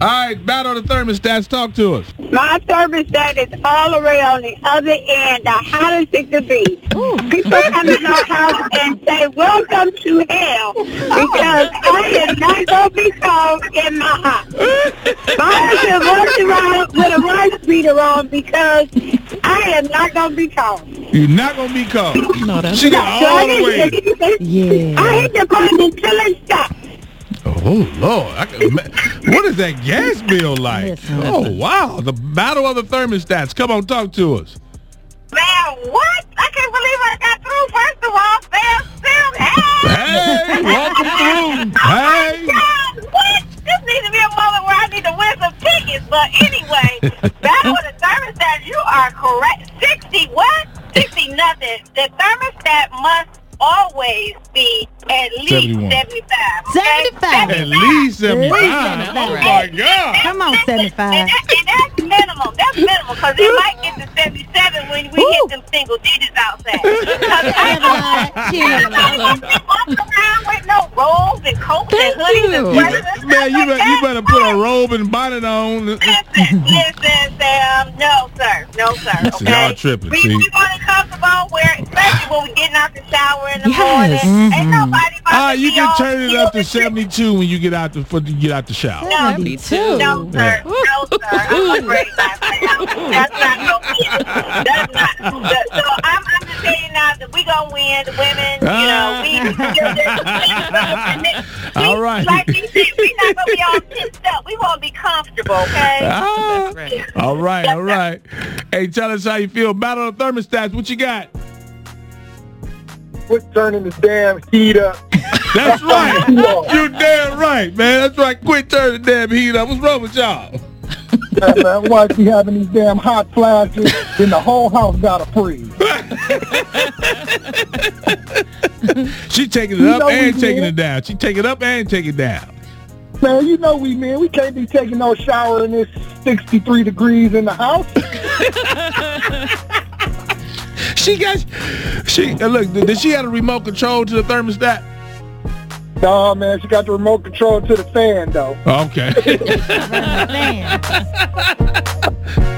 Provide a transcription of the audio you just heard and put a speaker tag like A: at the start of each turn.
A: All right, battle the thermostats. Talk to us.
B: My thermostat is all the way on the other end, the hottest it could be. People come in our house and say, welcome to hell, because I am not going to be cold in my house. Mine should walk around with a rice beater on because I am not going to be cold.
A: You're not gonna be cold.
C: No, that's
A: She got
B: So I
A: all the way.
B: hit the-
C: Yeah.
B: I hit the button until it stops.
A: Oh Lord! I can, ma- what is that gas bill like?
C: Listen.
A: oh wow! The battle of the thermostats. Come on, talk to us.
B: Man, what? I can't believe I got through. First of all, Sam still hell.
A: Hey, welcome through. Hey,
B: God, what? This needs to be a moment where I need to win some tickets. But anyway, back with the thermostat, you are correct. 60 what? 60 nothing. The thermostat must always be at least
A: 71.
B: 75. okay?
C: 75.
A: at least seventy-five.
C: Listen,
A: Oh my God!
C: Come on, 75.
B: And, that, and that's minimum. That's minimum because it might get to 77 when we
C: Ooh.
B: hit them single digits outside. 'Cause I don't
C: Evelyn,
B: I
C: chill.
B: don't want you walking around with no robes and coats
C: Thank
B: and hoodies and
C: you.
A: You,
B: sweaters and
A: man, you
B: stuff like
A: better, you
B: that.
A: better put a robe and bonnet on.
B: Listen, listen, Sam. No, sir. No, sir.
A: Listen,
B: okay?
A: y'all tripping,
B: We,
A: see?
B: we want to comfortable where, especially when we getting out the shower in the
C: Yes.
B: morning. Ain't nobody about
A: All right, Ah,
B: to
A: you
B: be
A: can
B: all
A: turn it up to
B: cute.
A: seventy-two when you get out the foot. You get out the shower.
B: No,
C: 72.
B: sir. No, sir. I'm afraid not. That's not going to win. That's not. that- So I'm understanding now that we going to win. The women, you know, we, we,
A: Ah. All right.
B: Like we said, we not going to be all pissed up. We want to be comfortable, okay?
A: Ah.
C: right.
A: All right, all right. Hey, tell us how you feel. Battle of thermostats. What you got?
D: Quit turning the damn heat up.
A: That's right. you damn right, man. That's right. Quit turning the damn heat up. What's wrong with y'all?
D: Yeah, man, why is she having these damn hot flashes? Then the whole house gotta freeze.
A: She taking it
D: You
A: up
D: know we
A: and taking
D: did.
A: it down. She take it up and take it down.
D: Man, you know we man, we can't be taking no shower in this 63 degrees in the house.
A: She got she uh, look. Did did she have a remote control to the thermostat?
D: Nah, man, she got the remote control to the fan though.
A: Okay.
C: Man.